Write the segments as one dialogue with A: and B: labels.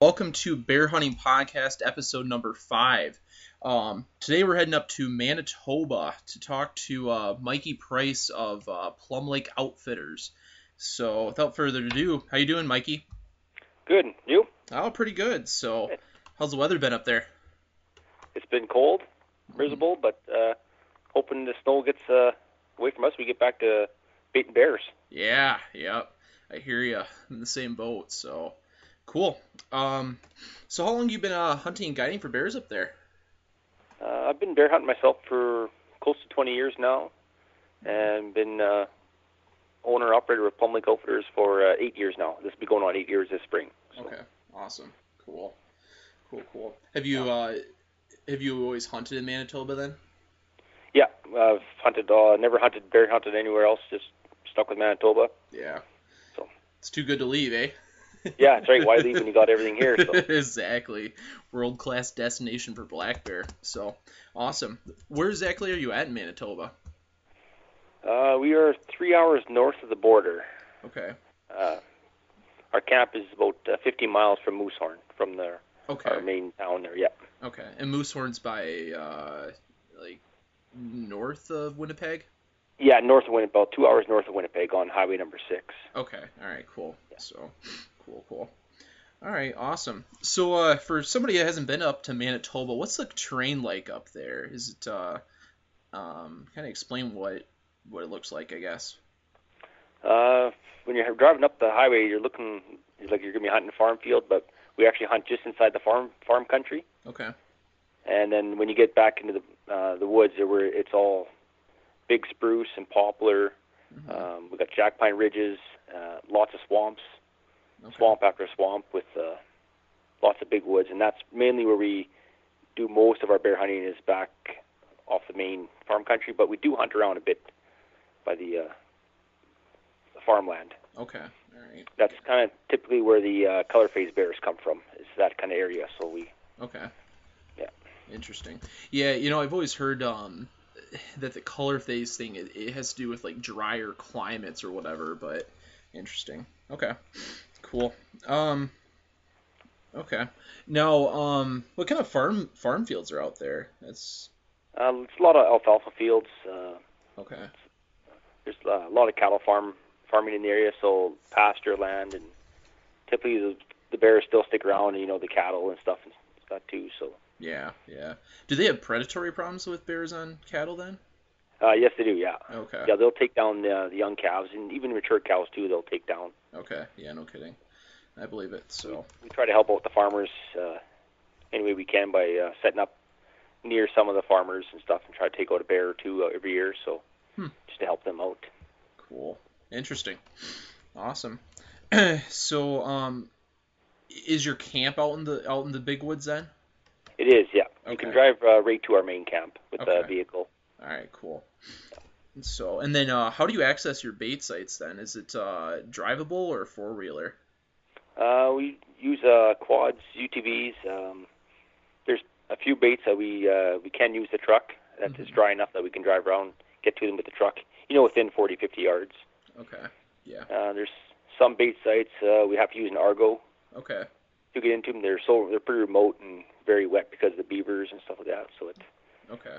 A: Welcome to Bear Hunting Podcast, episode number five. Um, today we're heading up to Manitoba to talk to uh, Mikey Price of uh, Plum Lake Outfitters. So, without further ado, how you doing, Mikey?
B: Good. You?
A: Oh, pretty good. So, how's the weather been up there?
B: It's been cold, miserable, but uh, hoping the snow gets uh, away from us, we get back to baiting bears.
A: Yeah, yep. I hear you. in the same boat. So, cool. Um, so how long you been uh, hunting and guiding for bears up there?
B: Uh, I've been bear hunting myself for close to 20 years now, and been uh, owner operator of Plum Lake Outfitters for uh, eight years now. This will be going on eight years this spring. So.
A: Okay, awesome, cool, cool, cool. Have you uh, have you always hunted in Manitoba then?
B: Yeah, I've hunted. Uh, never hunted bear hunted anywhere else. Just stuck with Manitoba.
A: Yeah.
B: So.
A: It's too good to leave, eh?
B: Yeah, that's right. Why leave when you got everything here? So.
A: exactly. World class destination for black bear. So awesome. Where exactly are you at in Manitoba?
B: Uh, we are three hours north of the border.
A: Okay.
B: Uh, our camp is about uh, 50 miles from Moosehorn, from the, our
A: Okay.
B: main town there. Yeah.
A: Okay. And Moosehorn's by uh, like north of Winnipeg.
B: Yeah, north of Winnipeg, about two hours north of Winnipeg on Highway number six.
A: Okay. All right. Cool. So, cool. Cool. All right. Awesome. So, uh, for somebody that hasn't been up to Manitoba, what's the terrain like up there? Is it uh, um, kind of explain what what it looks like, I guess.
B: Uh, when you're driving up the highway, you're looking it's like you're gonna be hunting a farm field, but we actually hunt just inside the farm farm country.
A: Okay.
B: And then when you get back into the uh, the woods, there where it's all big spruce and poplar.
A: Mhm.
B: Um, we got jack pine ridges, uh, lots of swamps,
A: Okay.
B: swamp after swamp with uh, lots of big woods, and that's mainly where we do most of our bear hunting is back off the main farm country, but we do hunt around a bit by the, uh, the farmland.
A: Okay. All right.
B: That's kind of typically where the uh, color phase bears come from. Is that kind of area? So we
A: Okay.
B: Yeah.
A: Interesting. Yeah, you know, I've always heard um that the color phase thing it, it has to do with like drier climates or whatever, but interesting. Okay. Cool. Um Okay. Now, um what kind of farm farm fields are out there? That's
B: uh, it's a lot of alfalfa fields. Uh,
A: okay.
B: there's a lot of cattle farm farming in the area, so pasture land, and typically the, the bears still stick around, and you know the cattle and stuff and stuff too. So
A: Yeah, yeah. Do they have predatory problems with bears on cattle then?
B: uh, yes, they do. Yeah.
A: Okay.
B: Yeah, they'll take down uh, the, the young calves and even mature cows too. They'll take down.
A: Okay. Yeah, no kidding. I believe it. So,
B: We try to help out the farmers uh, any way we can by uh, setting up near some of the farmers and stuff, and try to take out a bear or two uh, every year. So
A: Hmm.
B: just to help them out.
A: Cool. Interesting. Awesome. so, um, is your camp out in the out in the big woods then?
B: It is, yeah. You
A: Okay.
B: can drive uh, right to our main camp with the
A: Okay.
B: vehicle.
A: All right, cool. So, and then uh, how do you access your bait sites then? Is it uh, drivable or four wheeler?
B: Uh, we use uh, quads, UTVs. Um, there's a few baits that we uh, we can use the truck. That's
A: Mhm.
B: just dry enough that we can drive around, get to them with the truck. You know, within 40, 50 yards.
A: Okay. Yeah.
B: Uh, there's some bait sites uh, we have to use an Argo
A: Okay.
B: to get into them. They're so they're pretty remote and very wet because of the beavers and stuff like that. So it's,
A: Okay.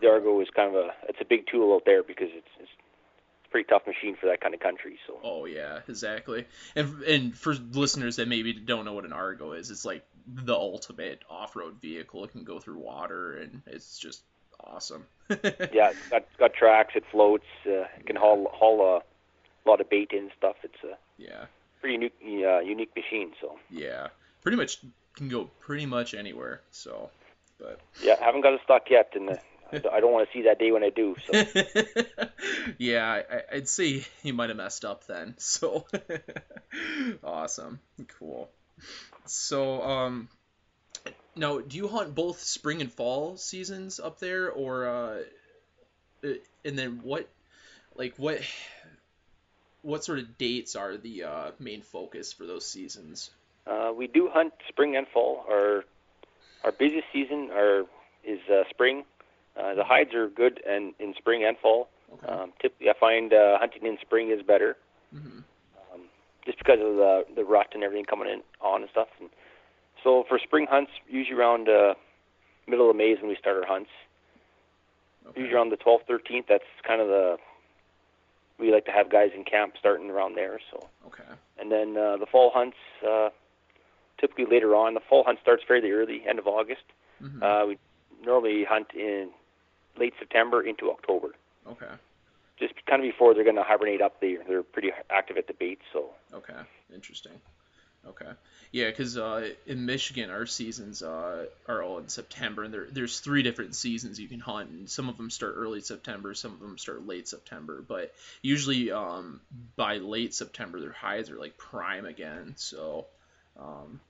B: the Argo is kind of a it's a big tool out there because it's it's a pretty tough machine for that kind of country. So
A: Oh yeah, exactly. And and for listeners that maybe don't know what an Argo is, it's like the ultimate off-road vehicle. It can go through water and it's just awesome.
B: yeah, it's got got tracks, it floats, uh, it can haul haul a lot of bait in and stuff. It's a
A: Yeah.
B: pretty unique uh, unique machine. So
A: Yeah, pretty much can go pretty much anywhere. So, but
B: yeah, I haven't got it stock yet, and uh, I don't want to see that day when I do. So
A: yeah, I, I'd say he might have messed up then. So awesome, cool. So um, now do you hunt both spring and fall seasons up there, or uh, i- and then what, like what, what sort of dates are the uh, main focus for those seasons?
B: uh, we do hunt spring and fall. Our our busiest season are is uh, spring. Uh, the hides are good and in spring and fall.
A: Okay.
B: Um, typically, I find uh, hunting in spring is better,
A: Mhm.
B: um, just because of the the rut and everything coming in on and stuff. And So for spring hunts, usually around uh, middle of May is when we start our hunts.
A: Okay.
B: Usually around the 12th, 13th. That's kind of the we like to have guys in camp starting around there. So
A: Okay.
B: and then uh, the fall hunts uh, typically later on. The fall hunt starts fairly early, end of August.
A: Mhm.
B: Uh, we normally hunt in late September into October,
A: okay.
B: just kind of before they're going to hibernate up there. They're pretty active at the bait, so
A: Okay, interesting. Okay, yeah, because uh, in Michigan, our seasons uh, are all in September, and there there's three different seasons you can hunt, and some of them start early September, some of them start late September, but usually um, by late September, their hides are like prime again. So, um,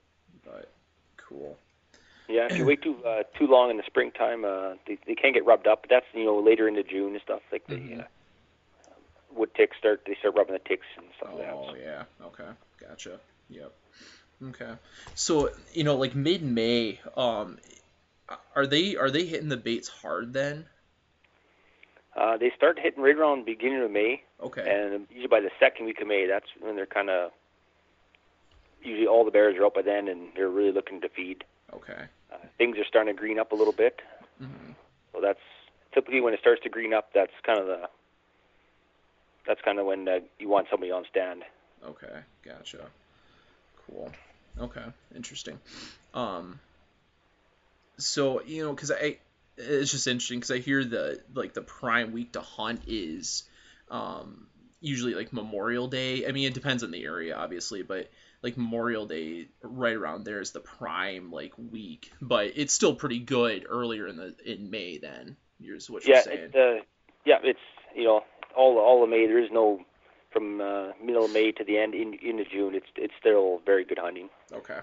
A: but cool.
B: yeah. If you wait too uh, too long in the springtime, uh, they, they can get rubbed up. But that's you know later into June and stuff like the
A: Mhm.
B: uh, wood ticks start. They start rubbing the ticks and stuff like that.
A: Oh yeah. Okay. Gotcha. Yep. Okay. So you know, like mid May, um, are they are they hitting the baits hard then?
B: Uh, they start hitting right around the beginning of May,
A: Okay.
B: and usually by the second week of May, that's when they're kind of usually all the bears are out by then, and they're really looking to feed.
A: Okay.
B: Uh, things are starting to green up a little bit,
A: Mhm.
B: so that's typically when it starts to green up. That's kind of the that's kind of when uh, you want somebody on stand.
A: Okay, gotcha. Cool. Okay, interesting. Um, so you know, because I, it's just interesting because I hear the like the prime week to hunt is, um, usually like Memorial Day. I mean, it depends on the area, obviously, but like Memorial Day, right around there is the prime like week, but it's still pretty good earlier in the in May. Then is what you're
B: yeah,
A: saying.
B: it, uh, yeah, it's you know all all of May. There is no from uh, middle of May to the end in into June. It's it's still very good hunting.
A: okay.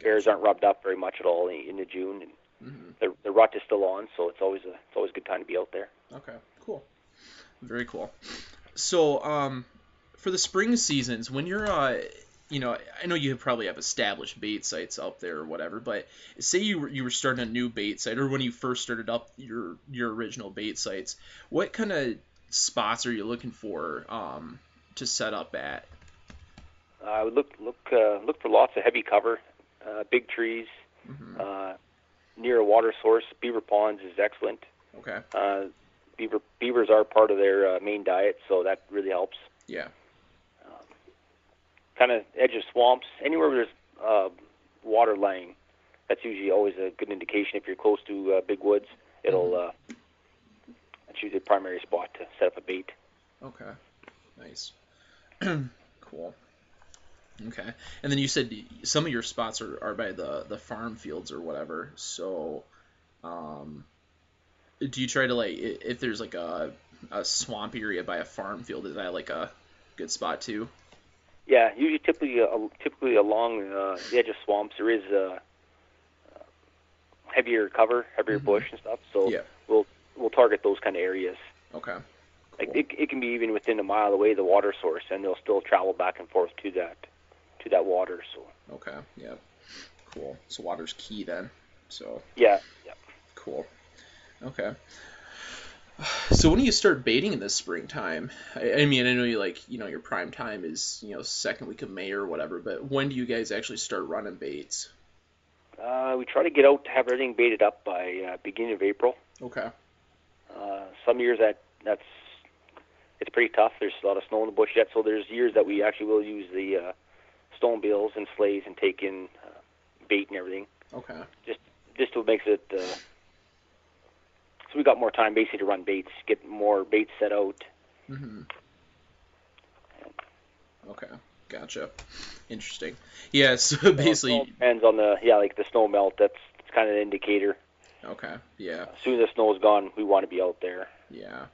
B: Bears aren't rubbed up very much at all in- into June, and
A: hmm
B: the the rut is still on, so it's always a it's always a good time to be out there.
A: Okay, cool. Very cool. So, um, for the spring seasons, when you're, uh, you know, I know you probably have established bait sites up there or whatever, but say you were, you were starting a new bait site or when you first started up your your original bait sites, what kind of spots are you looking for um, to set up at?
B: Uh, I would look look uh, look for lots of heavy cover, uh, big trees,
A: hmm
B: uh, near a water source. Beaver ponds is excellent.
A: Okay,
B: Uh, beaver beavers are part of their uh, main diet, so that really helps.
A: yeah,
B: Kind of edge of swamps, anywhere where there's uh, water lying. That's usually always a good indication if you're close to uh, big woods. It'll uh,
A: Mm-hmm.
B: that's usually the primary spot to set up a bait.
A: okay, nice, cool. Okay, and then you said some of your spots are, are by the the farm fields or whatever. So, um, do you try to like i- if there's like a a swamp area by a farm field, is that like a good spot too?
B: Yeah, usually typically uh, typically along uh, the edge of swamps there is uh, heavier cover, heavier
A: Mhm.
B: bush and stuff. So
A: Yeah.
B: we'll we'll target those kind of areas.
A: Okay.
B: Like
A: Cool.
B: it, it can be even within a mile away the water source, and they'll still travel back and forth to that to that water. So
A: Okay. Yeah. Cool. So water's key then. So
B: yeah, yeah.
A: cool. Okay. So when do you start baiting in the springtime? I, I mean, I know you like you know your prime time is you know second week of May or whatever, but when do you guys actually start running baits?
B: Uh, we try to get out to have everything baited up by uh, beginning of April.
A: Okay.
B: Uh, some years that that's it's pretty tough. There's a lot of snow in the bush yet, so there's years that we actually will use the uh, stone bales and sleighs and take in uh, bait and everything,
A: Okay.
B: just to makes it. Uh, so we got more time basically to run baits, get more baits set out.
A: hmm Okay. Gotcha. Interesting. Yeah. So
B: It all
A: basically.
B: depends on the yeah, like the snow melt. That's it's kind of an indicator.
A: Okay. Yeah.
B: As soon as the snow's gone, we want to be out there.
A: Yeah.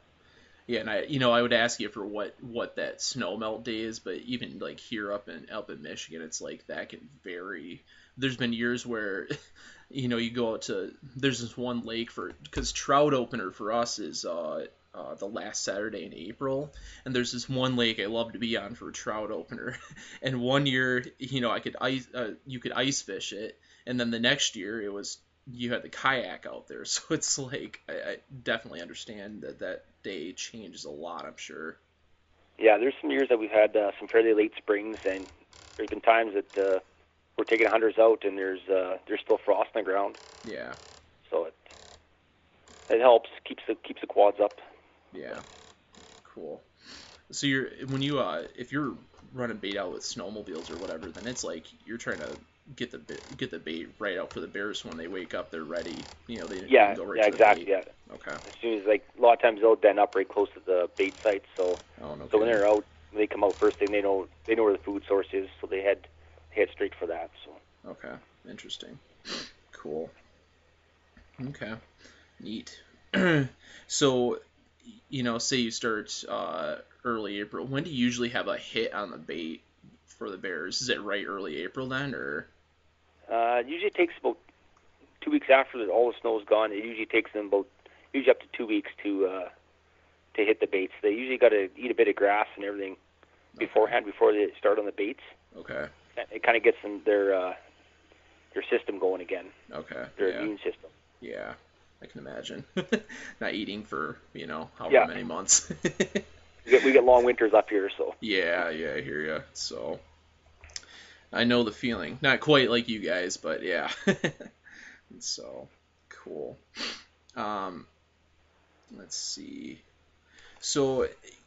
A: Yeah, and I, you know, I would ask you for what what that snow melt day is, but even like here up in up in Michigan, it's like that can vary. There's been years where, you know, you go out to there's this one lake for because trout opener for us is uh, uh the last Saturday in April, and there's this one lake I love to be on for trout opener, and one year you know I could ice uh, you could ice fish it, and then the next year it was you had the kayak out there, so it's like I, I definitely understand that that day changes a lot. I'm sure.
B: Yeah, there's some years that we've had uh, some fairly late springs, and there's been times that uh, we're taking hunters out, and there's uh, there's still frost on the ground,
A: Yeah.
B: so it it helps keeps the keeps the quads up.
A: Yeah. Cool. So you're when you uh if you're running bait out with snowmobiles or whatever, then it's like you're trying to get the bait, get the bait right out for the bears when they wake up, they're ready. You know, they they
B: Yeah,
A: go right
B: yeah,
A: to the
B: exactly.
A: bait.
B: Yeah,
A: Okay.
B: as soon as like a lot of times they'll den up right close to the bait site, so
A: Oh no.
B: so when they're out, when they come out first thing they know they know where the food source is, so they head they head straight for that. So
A: Okay. Interesting. Cool. Okay. Neat. so, you know, say you start uh, early April. When do you usually have a hit on the bait for the bears? Is it right early April then, or
B: uh, it usually takes about two weeks after that all the snow's gone. It usually takes them about usually up to two weeks to uh, to hit the baits. They usually got to eat a bit of grass and everything beforehand before they start on the baits.
A: okay,
B: It kind of gets them their uh, their system going again,
A: okay,
B: their
A: yeah,
B: immune system.
A: yeah. I can imagine not eating for you know however
B: Yeah.
A: many months.
B: We get, we get long winters up here, so
A: Yeah, yeah, I hear ya. So, I know the feeling. Not quite like you guys, but yeah. so, cool. Um, let's see. So,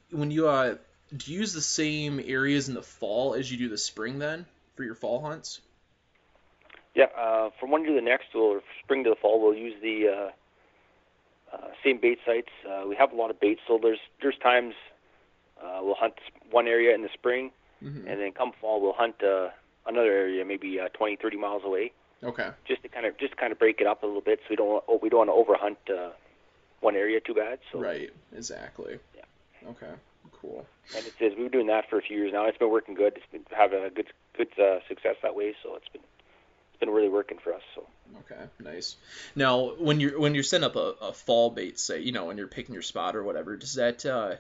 A: when you uh, do you use the same areas in the fall as you do the spring then for your fall hunts?
B: yeah. Uh, from one year to the next, or spring to the fall, we'll use the uh, uh, same bait sites. Uh, we have a lot of baits, so there's there's times uh, we'll hunt one area in the spring,
A: Mm-hmm.
B: and then come fall we'll hunt uh, another area, maybe uh, 20, 30 miles away,
A: Okay.
B: just to kind of just kind of break it up a little bit, so we don't oh, we don't want to over hunt uh, one area too bad. So
A: Right. Exactly. Okay. Cool.
B: and it says we've been doing that for a few years now. It's been working good. It's been having a good good uh, success that way. So it's been it's been really working for us. So
A: Okay, nice. Now, when you're when you're setting up a, a fall bait, say, you know, when you're picking your spot or whatever, does that uh,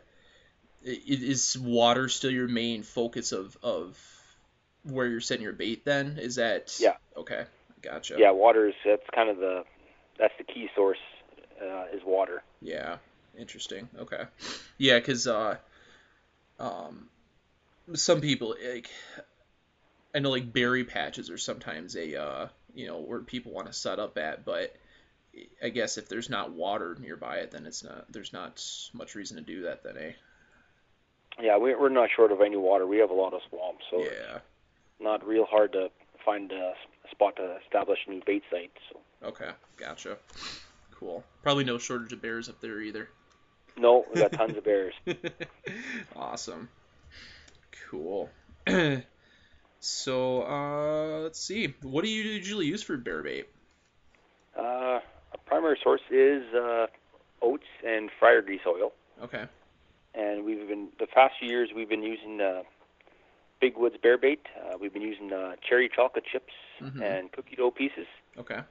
A: i- is water still your main focus of of where you're setting your bait? Then is that
B: Yeah.
A: Okay, gotcha.
B: yeah, water is that's kind of the that's the key source uh, is water.
A: Yeah, interesting. Okay, yeah, because uh, um, some people like I know like berry patches are sometimes a uh, you know where people want to set up at, but I guess if there's not water nearby it, then it's not there's not much reason to do that then, eh?
B: Yeah, we, we're not short of any water. We have a lot of swamps, so it's
A: Yeah.
B: not real hard to find a s- spot to establish a new bait site. So
A: Okay, gotcha. Cool. Probably no shortage of bears up there either.
B: no, we got tons of bears.
A: Awesome. Cool. so, uh, let's see. What do you usually use for bear bait?
B: Uh, our primary source is uh, oats and fryer grease oil.
A: Okay.
B: and we've been the past few years we've been using uh, Big Woods bear bait. Uh, we've been using uh, cherry chocolate chips
A: Mhm.
B: and cookie dough pieces,
A: Okay.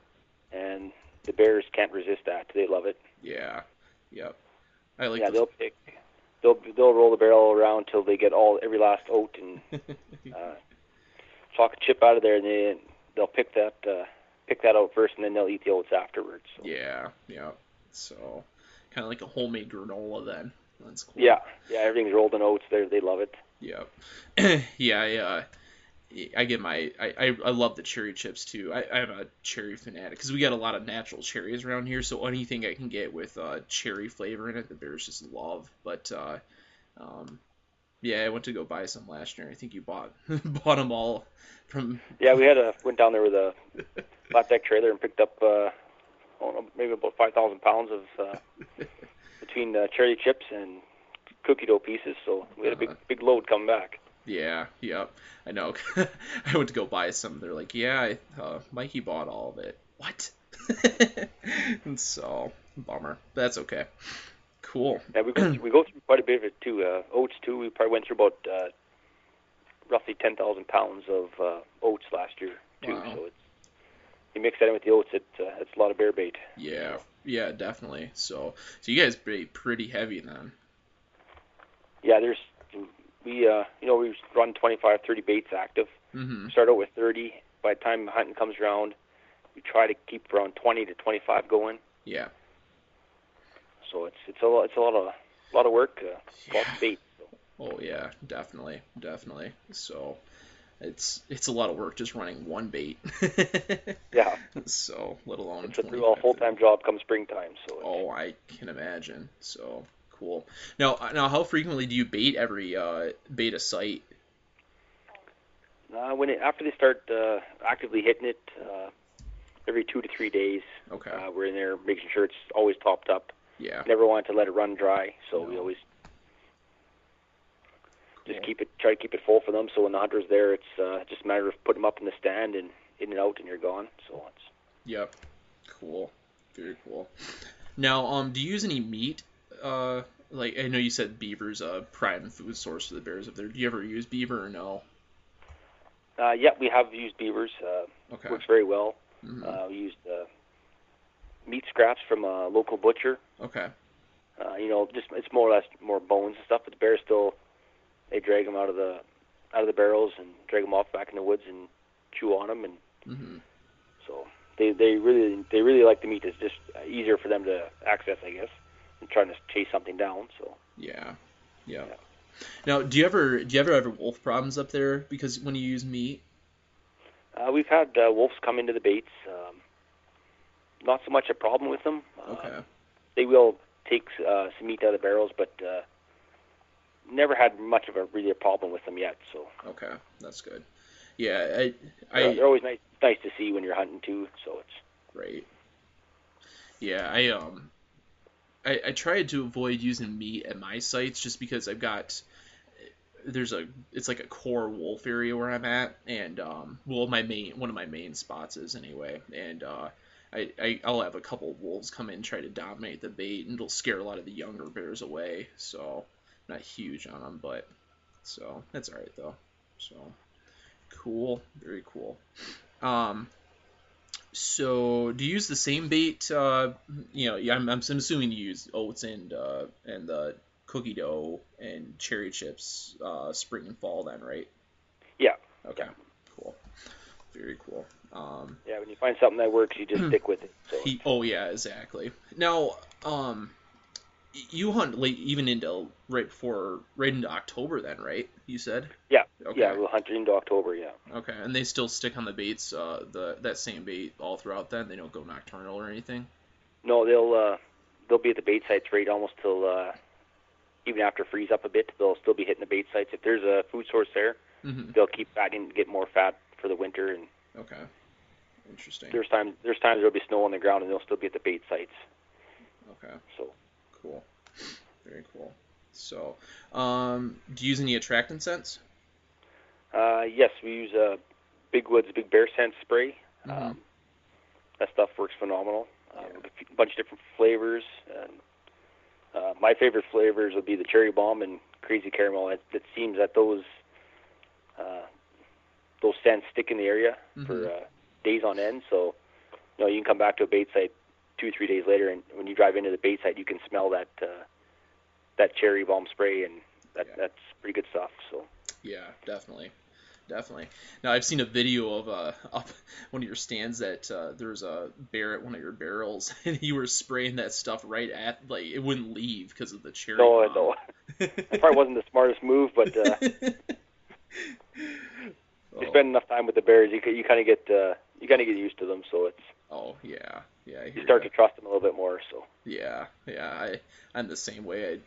B: and the bears can't resist that. They love it.
A: Yeah. Yep. I like
B: yeah,
A: those.
B: they'll pick. They'll they'll roll the barrel around till they get all every last oat and uh, chocolate chip out of there, and they they'll pick that uh, pick that out first, and then they'll eat the oats afterwards. So,
A: yeah. Yep. So, kind of like a homemade granola then. That's cool.
B: yeah, yeah, everything's rolled in oats. They they love it.
A: Yep. yeah. I, uh, I get my I, I, I love the cherry chips too. I, I'm a cherry fanatic because we got a lot of natural cherries around here, so anything I can get with uh, cherry flavor in it, the bears just love. But uh, um, yeah, I went to go buy some last year. I think you bought bought them all from
B: Yeah, we had a went down there with a flat deck trailer and picked up uh, I don't know, maybe about five thousand pounds of uh, between uh, cherry chips and cookie dough pieces. So we had a big
A: Uh-huh.
B: big load come back.
A: Yeah, yep. I know. I went to go buy some. They're like, yeah, I, uh, Mikey bought all of it. What? and so, bummer. That's okay. Cool.
B: Yeah, we go we go through quite a bit of it too. Uh, oats too. We probably went through about uh, roughly ten thousand pounds of uh, oats last year too.
A: Wow.
B: So it's you mix that in with the oats, it uh, it's a lot of bear bait.
A: Yeah, yeah, definitely. So, so you guys be pretty heavy then.
B: Yeah, there's we uh, you know we run 25, 30 baits active.
A: hmm
B: Mm-hmm. start out with 30. By the time hunting comes around, we try to keep around 20 to 25 going.
A: Yeah.
B: So it's it's a lot, it's a lot of a lot of work, uh, lots
A: Yeah.
B: of bait.
A: Oh yeah, definitely, definitely. So, it's it's a lot of work just running one bait.
B: Yeah,
A: so let alone
B: it's a
A: 25,
B: full time job come springtime. So it's-
A: Oh, I can imagine. So cool. Now, uh, now, how frequently do you bait every uh, beta site?
B: uh, when it, after they start uh, actively hitting it, uh, every two to three days,
A: Okay.
B: uh, we're in there making sure it's always topped up.
A: yeah.
B: Never want to let it run dry, so we
A: No.
B: always just
A: Cool.
B: keep it try to keep it full for them. So when the hunter's there, it's uh, just a matter of putting them up in the stand and in and out, and you're gone. So it's
A: Yep. Cool. Very cool. Now, um, do you use any meat? Uh, like I know you said beaver's a prime food source for the bears up there. Do you ever use beaver or no?
B: uh, yeah, we have used beavers. Uh,
A: Okay.
B: Works very well.
A: Mhm.
B: Uh, we used uh, meat scraps from a local butcher.
A: Okay.
B: Uh, you know, just it's more or less more bones and stuff. But the bears still they drag them out of the out of the barrels and drag them off back in the woods and chew on them, and
A: hmm
B: so they they really they really like the meat. It's just uh, easier for them to access, I guess, than trying to chase something down. So
A: Yeah.
B: Yeah.
A: Yeah. Now, do you ever do you ever have wolf problems up there because when you use meat?
B: uh, we've had uh, wolves come into the baits. Um, not so much a problem with them. Uh,
A: Okay.
B: they will take uh, some meat out of the barrels, but uh, never had much of a really a problem with them yet. So
A: Okay. That's good. Yeah. I. I
B: they're, they're always nice nice to see when you're hunting too. So it's
A: Right. Yeah, I um I, I tried to avoid using meat at my sites just because I've got there's a it's like a core wolf area where I'm at and um well my main one of my main spots is anyway and uh I, I I'll have a couple wolves come in and try to dominate the bait and it'll scare a lot of the younger bears away so not huge on them but so that's all right though so cool very cool um so, do you use the same bait? Uh, you know, yeah, I'm, I'm assuming you use oats and uh, and the cookie dough and cherry chips uh, spring and fall, then, right?
B: Yeah.
A: Okay.
B: Yeah.
A: Cool. Very cool. Um,
B: yeah, when you find something that works, you just
A: Hmm.
B: stick with it. So
A: he, oh yeah, exactly. Now, um, y- you hunt late, even into right before, right into October, then, right? You said.
B: Yeah.
A: Okay.
B: yeah, we'll hunt into October. Yeah,
A: Okay, and they still stick on the baits, uh, the that same bait all throughout. Then they don't go nocturnal or anything.
B: no, they'll uh, they'll be at the bait sites right almost till uh, even after it frees up a bit. They'll still be hitting the bait sites. If there's a food source there,
A: hmm
B: they'll keep fatting, get more fat for the winter. And
A: Okay. Interesting.
B: there's times there's times there'll be snow on the ground, and they'll still be at the bait sites.
A: Okay,
B: So
A: cool. Very cool. So, um, do you use any attractant scents?
B: Uh, yes, we use uh, Big Woods Big Bear Scent Spray.
A: Mhm.
B: Um, that stuff works phenomenal. Uh,
A: Yeah.
B: with A few- bunch of different flavors. And, uh, my favorite flavors would be the cherry bomb and crazy caramel. It, it seems that those uh, those scents stick in the area
A: Mm-hmm.
B: for uh, days on end. So you know you can come back to a bait site two three days later, and when you drive into the bait site, you can smell that uh, that cherry bomb spray, and that
A: Yeah.
B: that's pretty good stuff. So.
A: Yeah, definitely, definitely. Now I've seen a video of uh, up one of your stands that uh, there was a bear at one of your barrels, and you were spraying that stuff right at like it wouldn't leave because of the cherry.
B: No,
A: bomb.
B: no. That probably wasn't the smartest move, but uh,
A: Oh.
B: you spend enough time with the Bears, you ca- you kind of get uh, you kind of get used to them. So it's
A: Oh yeah, yeah. I
B: you
A: hear
B: start
A: ya.
B: to trust them a little bit more. So
A: Yeah, yeah, I I'm the same way.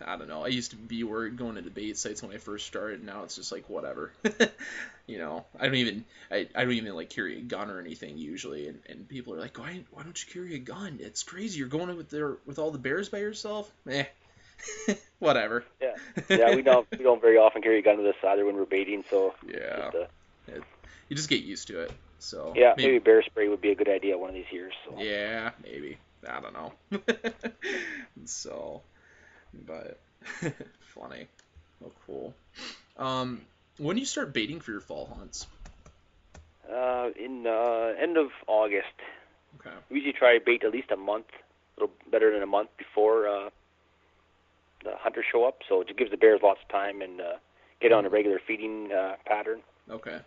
A: I I don't know. I used to be worried going to debate sites when I first started. and Now it's just like whatever. you know, I don't even I, I don't even like carry a gun or anything usually. And, and people are like, why why don't you carry a gun? It's crazy. You're going with there with all the bears by yourself. Eh, whatever.
B: yeah, yeah, we don't we don't very often carry a gun with us either when we're baiting. So
A: Yeah,
B: just, uh,
A: you just get used to it. So
B: yeah, maybe, bear spray would be a good idea one of these years. So
A: Yeah, maybe. I don't know. so, but funny. Oh, cool. Um, when do you start baiting for your fall hunts?
B: uh, in uh, end of August,
A: Okay.
B: we usually try to bait at least a month, a little better than a month before uh, the hunters show up. So it gives the Bears lots of time and uh, get
A: Mm.
B: on a regular feeding uh, pattern.
A: Okay.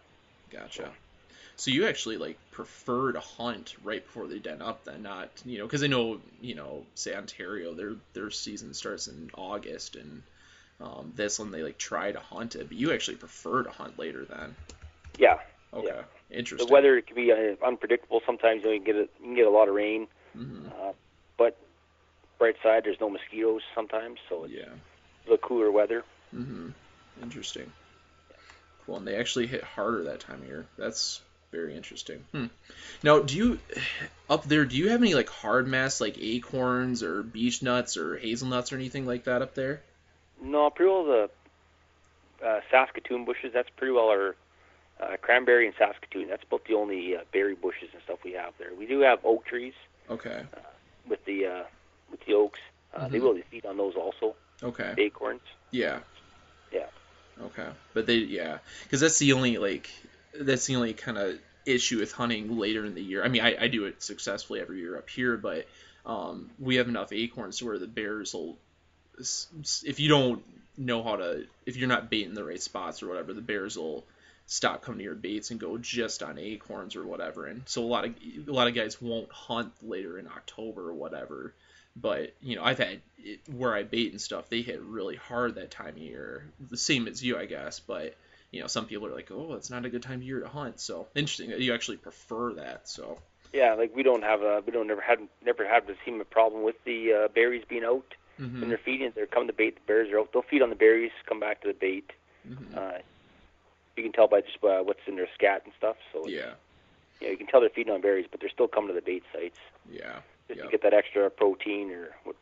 A: Gotcha. So you actually like prefer to hunt right before they den up, then not you know because I know you know say Ontario their their season starts in August and um, this one they like try to hunt it, but you actually prefer to hunt later then.
B: Yeah,
A: Okay.
B: Yeah. the
A: Interesting.
B: weather can be uh, unpredictable sometimes. You, know, you can get a, you can get a lot of rain,
A: Mhm.
B: uh, but bright side, there's no mosquitoes sometimes, so it's
A: Yeah.
B: a little cooler weather.
A: hmm Interesting. Cool. And they actually hit harder that time of year. That's very interesting. Hmm. Now, do you up there? Do you have any like hard mass like acorns or beech nuts or hazelnuts or anything like that up there?
B: No, pretty well the uh, Saskatoon bushes. That's pretty well our uh, cranberry and Saskatoon. That's about the only uh, berry bushes and stuff we have there. We do have oak trees
A: Okay.
B: with the uh, with the oaks. Uh, They
A: Mhm.
B: will feed on those also.
A: Okay.
B: The acorns.
A: Yeah.
B: Yeah.
A: Okay. But they yeah, because that's the only like that's the only kind of issue with hunting later in the year. I mean, I, I do it successfully every year up here, but um, we have enough acorns to where the bears will s- s- if you don't know how to if you're not baiting the right spots or whatever, the bears will stop coming to your baits and go just on acorns or whatever. And so a lot of a lot of guys won't hunt later in October or whatever but you know i've had it, where i bait and stuff they hit really hard that time of year the same as you i guess but you know some people are like oh it's not a good time of year to hunt so interesting that you actually prefer that so
B: Yeah, like we don't have a we don't never had never had the seen a problem with the uh, berries being out
A: hmm
B: when they're feeding. They're coming to bait. The bears are out. They'll feed on the berries. Come back to the bait.
A: Mm-hmm,
B: Uh, you can tell by just uh, what's in their scat and stuff. So
A: mm-hmm. yeah
B: you, know, you can tell they're feeding on berries, but they're still coming to the bait sites
A: yeah
B: just
A: Yep.
B: to get that extra protein or what,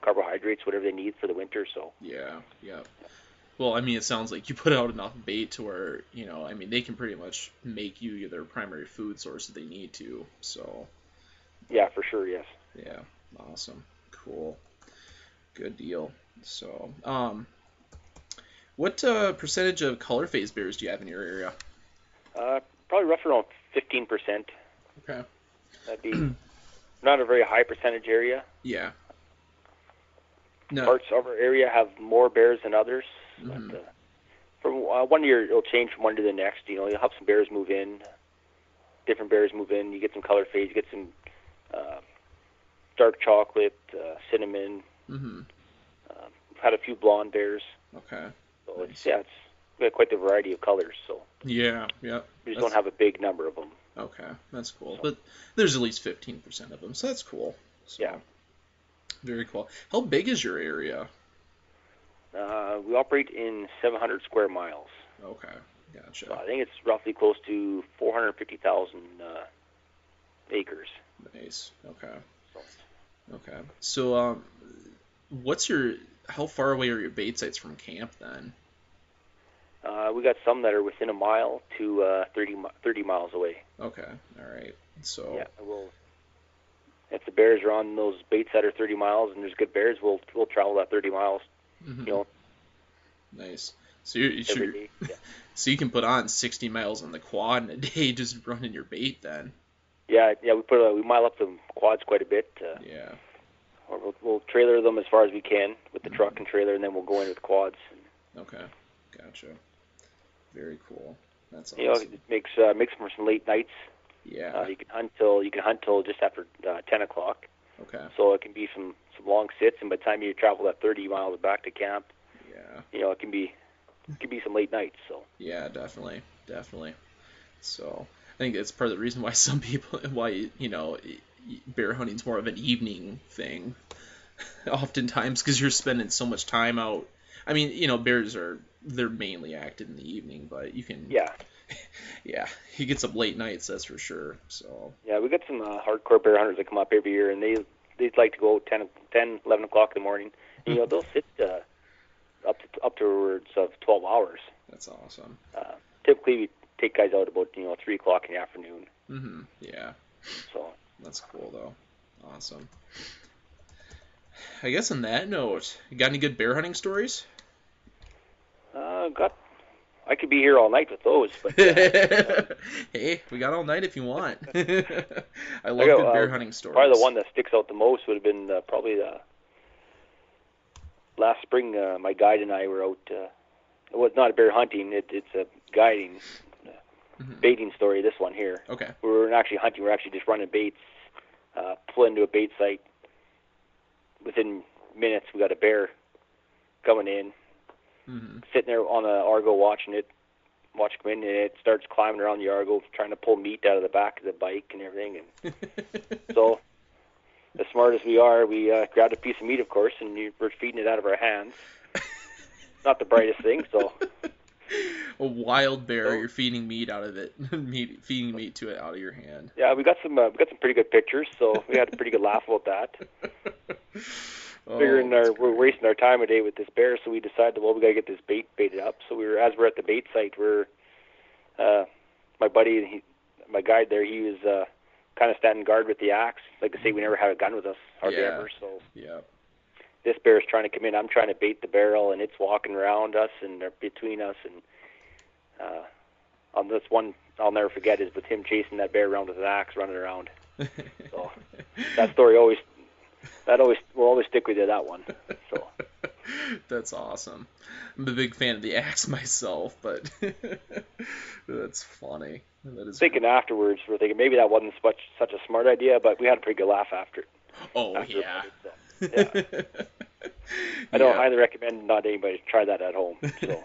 B: carbohydrates, whatever they need for the winter. So
A: yeah yeah well i mean it sounds like you put out enough bait to where you know i mean they can pretty much make you their primary food source if they need to so
B: yeah, for sure, yes.
A: Yeah, awesome, cool, good deal. So, um, what uh, percentage of color phase beers do you have in your area?
B: Uh, probably roughly around 15%.
A: Okay.
B: That'd be not a very high percentage area.
A: Yeah. No.
B: Parts of our area have more bears than others.
A: Mhm.
B: But, uh, from uh, one year, it'll change from one to the next. You know, you'll have some bears move in, different bears move in. You get some color fades, you get some uh, dark chocolate, uh, cinnamon,
A: hmm
B: Um, we've had a few blonde bears,
A: Okay.
B: so
A: Nice.
B: it's yeah, it's we have quite the variety of colors. So
A: Yeah. Yeah.
B: we just
A: That's-
B: don't have a big number of them.
A: Okay, that's cool. But there's at least 15% of them, so that's cool. So,
B: Yeah.
A: Very cool. How big is your area?
B: Uh, we operate in 700 square miles.
A: Okay. Gotcha.
B: So I think it's roughly close to 450,000 uh, acres.
A: Nice. Okay.
B: So
A: Okay. So, um, what's your how far away are your bait sites from camp then?
B: uh, we got some that are within a mile to uh, 30 mi- 30 miles away.
A: Okay. All right. So,
B: Yeah, we'll. If the bears are on those baits that are 30 miles and there's good bears, we'll we'll travel that 30 miles,
A: Mhm.
B: you know,
A: nice. So you you
B: every
A: should,
B: day. Yeah.
A: so you can put on 60 miles on the quad in a day just running your bait then.
B: yeah, yeah, we put uh, we mile up the quads quite a bit. Uh,
A: Yeah.
B: or we'll, we'll trailer them as far as we can with the truck and trailer, and then we'll go in with quads.
A: Okay. Gotcha. Very cool. That's
B: You know,
A: awesome.
B: it makes uh, makes for some late nights. Uh,
A: Yeah.
B: you can hunt till you can hunt till just after uh, 10 o'clock,
A: Okay.
B: so it can be some some long sits. And by the time you travel that 30 miles back to camp,
A: Yeah.
B: you know it can be it can be some late nights. So
A: Yeah, definitely, definitely. So I think that's part of the reason why some people, why you know, bear hunting's more of an evening thing, oftentimes because you're spending so much time out. I mean, you know, bears are they're mainly active in the evening, but you can
B: yeah,
A: yeah, he gets up late nights, that's for sure. So
B: yeah, we got some uh, hardcore bear hunters that come up every year, and they they'd like to go 10 10 11 o'clock in the morning. And, you know they'll sit uh, up to up towards of 12 hours.
A: that's awesome.
B: Uh, typically, we take guys out about you know 3 o'clock in the afternoon.
A: hmm Yeah,
B: So
A: that's cool though. Awesome. I guess on that note, you got any good bear hunting stories?
B: uh, got I could be here all night with those, but uh,
A: hey, Eh, we got all night if you want. I love
B: I got,
A: good bear
B: uh,
A: hunting stories.
B: probably the one that sticks out the most would have been uh, probably uh, last spring. Uh, my guide and I were out. Uh, it was not a bear hunting; it, it's a guiding, uh,
A: Mhm.
B: baiting story. This one here,
A: Okay.
B: we weren't actually hunting; we were actually just running baits. Uh, pull into a bait site. Within minutes, we got a bear coming in.
A: hmm Mm-hmm.
B: sitting there on the Argo watching it. watch it come in, and it starts climbing around the Argo, trying to pull meat out of the back of the bike and everything. And so, as smart as we are, we uh, grabbed a piece of meat, of course, and we we're feeding it out of our hands. Not the brightest thing, so
A: A wild bear,
B: So-
A: you're feeding meat out of it, meat, feeding meat to it out of your hand.
B: yeah, we got some uh, we got some pretty good pictures, so we had a pretty good laugh about that.
A: Oh,
B: figuring
A: that's
B: our, we're wasting our time a day with this bear, so we decided, well, we got to get this bait baited up. So we were, as we're at the bait site, we're, uh, my buddy, he, my guide there, he was uh, kind of standing guard with the axe. Like I say, we never had a gun with us hardly
A: Yeah.
B: ever. So
A: Yeah.
B: this bear's trying to come in. I'm trying to bait the barrel, and it's walking around us and or between us. And uh, on this one, I'll never forget is with him chasing that bear around with an axe, running around. So that story always, that always will always stick with you. That one. So.
A: That's awesome. I'm a big fan of the axe myself, but that's funny. That is
B: thinking afterwards, we're thinking maybe that wasn't such such a smart idea, but we had a pretty good laugh after.
A: Oh
B: after
A: yeah.
B: about it, so. I don't highly recommend not anybody to try that at home. So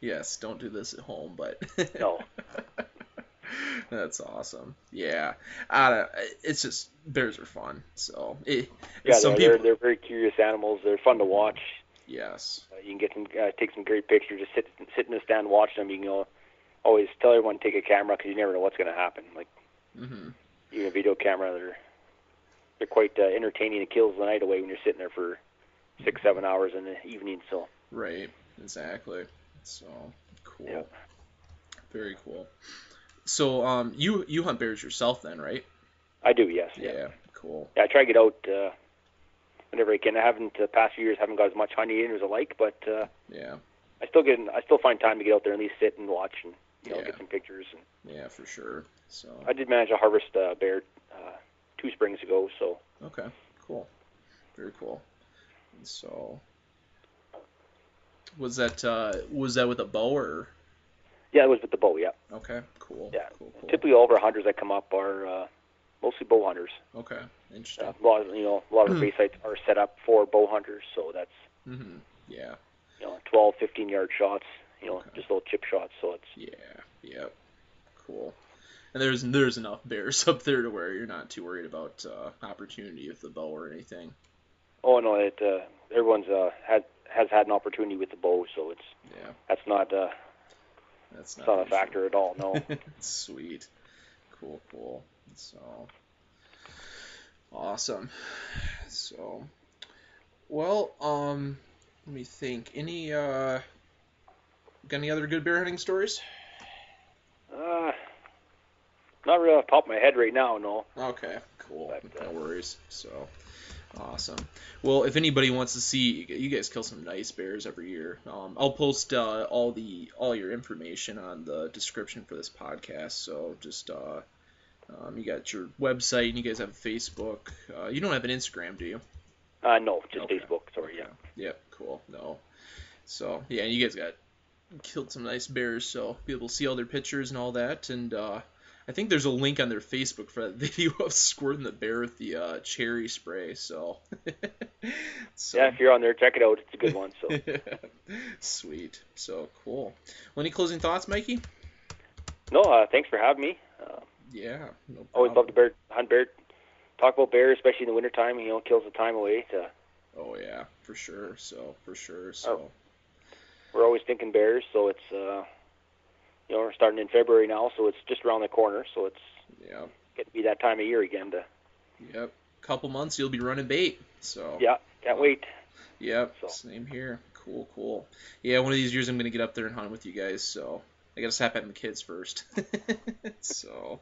A: yes, don't do this at home, but
B: no,
A: that's awesome. Yeah, I don't, it's just bears are fun. So eh, it,
B: yeah,
A: some
B: they're,
A: people
B: they're they're very curious animals. They're fun to watch.
A: yes,
B: Uh, you can get some uh, take some great pictures. Just sit sit in the stand, watch them. You can al- always tell everyone to take a camera because you never know what's going to happen. Like
A: hmm
B: even a video camera, they're they're quite uh, entertaining. It kills the night away when you're sitting there for six seven hours in the evening. So
A: right, exactly. So cool,
B: Yeah.
A: very cool. So um, you you hunt bears yourself then, right?
B: I do, yes,
A: Yeah, cool.
B: yeah, I try to get out uh, whenever I can. I haven't the past few years haven't got as much hunting in as I like, but uh,
A: Yeah,
B: I still get I still find time to get out there and at least sit and watch and you know
A: Yeah.
B: get some pictures. And
A: yeah, for sure. So
B: I did manage to harvest a bear uh, two springs ago, so
A: Okay, cool. Very cool. And so was that uh was that with a bow or
B: yeah, it was with the bow. Yeah,
A: okay, cool.
B: Yeah.
A: Cool, cool.
B: typically all of our hunters that come up are uh, mostly bow hunters.
A: Okay.
B: Uh,
A: Interesting.
B: a lot of, you know a lot
A: Hmm.
B: of our base sites are set up for bow hunters, so that's
A: Mhm. Yeah.
B: you know 12, 15 yard shots, you know
A: Okay.
B: just little chip shots. So it's
A: Yeah. Yep. Cool. And there's there's enough bears up there to where you're not too worried about uh, opportunity with the bow or anything.
B: oh no, it uh, everyone's uh, had has had an opportunity with the bow, so it's
A: Yeah,
B: that's not uh,
A: that's not,
B: It's not
A: the
B: a
A: issue.
B: factor at all, no.
A: Sweet. Cool, cool. So awesome. So well, um let me think. Any uh got any other good bear hunting stories?
B: uh, not really off the top of my head right now, no.
A: Okay, cool.
B: But, uh,
A: No worries. So awesome. Well, if anybody wants to see you guys kill some nice bears every year, um, I'll post uh, all the all your information on the description for this podcast. So just uh, um, you got your website, and you guys have Facebook. Uh, you don't have an Instagram, do you?
B: Uh, no, just
A: Okay.
B: Facebook, sorry, yeah.
A: Yep. Cool. No. So yeah, you guys got killed some nice bears, so be able to see all their pictures and all that. And uh, I think there's a link on their Facebook for that video of squirting the bear with the uh, cherry spray. So. so.
B: Yeah, if you're on there, check it out. It's a good one. So,
A: Sweet. So cool. Well, any closing thoughts, Mikey?
B: no, uh, thanks for having me. Uh,
A: Yeah. No
B: always
A: problem.
B: love to bear, hunt bear, talk about bears, especially in the wintertime. You know, kills the time away. To,
A: Oh yeah, for sure. So for sure.
B: Oh.
A: So.
B: we're always thinking bears, so it's, uh, you know, we're starting in February now, so it's just around the corner. So it's
A: Yeah.
B: getting to be that time of year again. To,
A: Yep. Couple months, you'll be running bait. So.
B: yeah, can't wait.
A: Yep,
B: So-
A: same here. Cool, cool. Yeah, one of these years I'm gonna get up there and hunt with you guys. So I gotta stop having the kids first. so,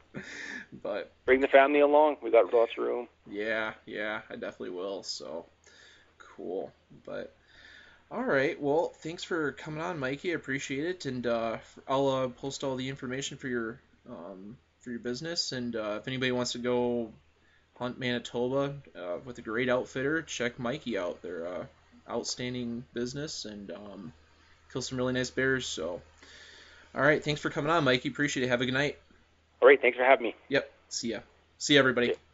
A: but
B: Bring the family along. We got lots of room.
A: yeah, yeah, I definitely will. So cool. But all right, well, thanks for coming on, Mikey. I appreciate it, and uh, I'll uh, post all the information for your um, for your business. And uh, if anybody wants to go hunt Manitoba uh, with a great outfitter, check Mikey out. They're uh, outstanding business and um, kill some really nice bears. So all right, thanks for coming on, Mikey. Appreciate it. Have a good night.
B: All right, thanks for having me.
A: Yep. See ya. See ya, everybody.
B: Yeah.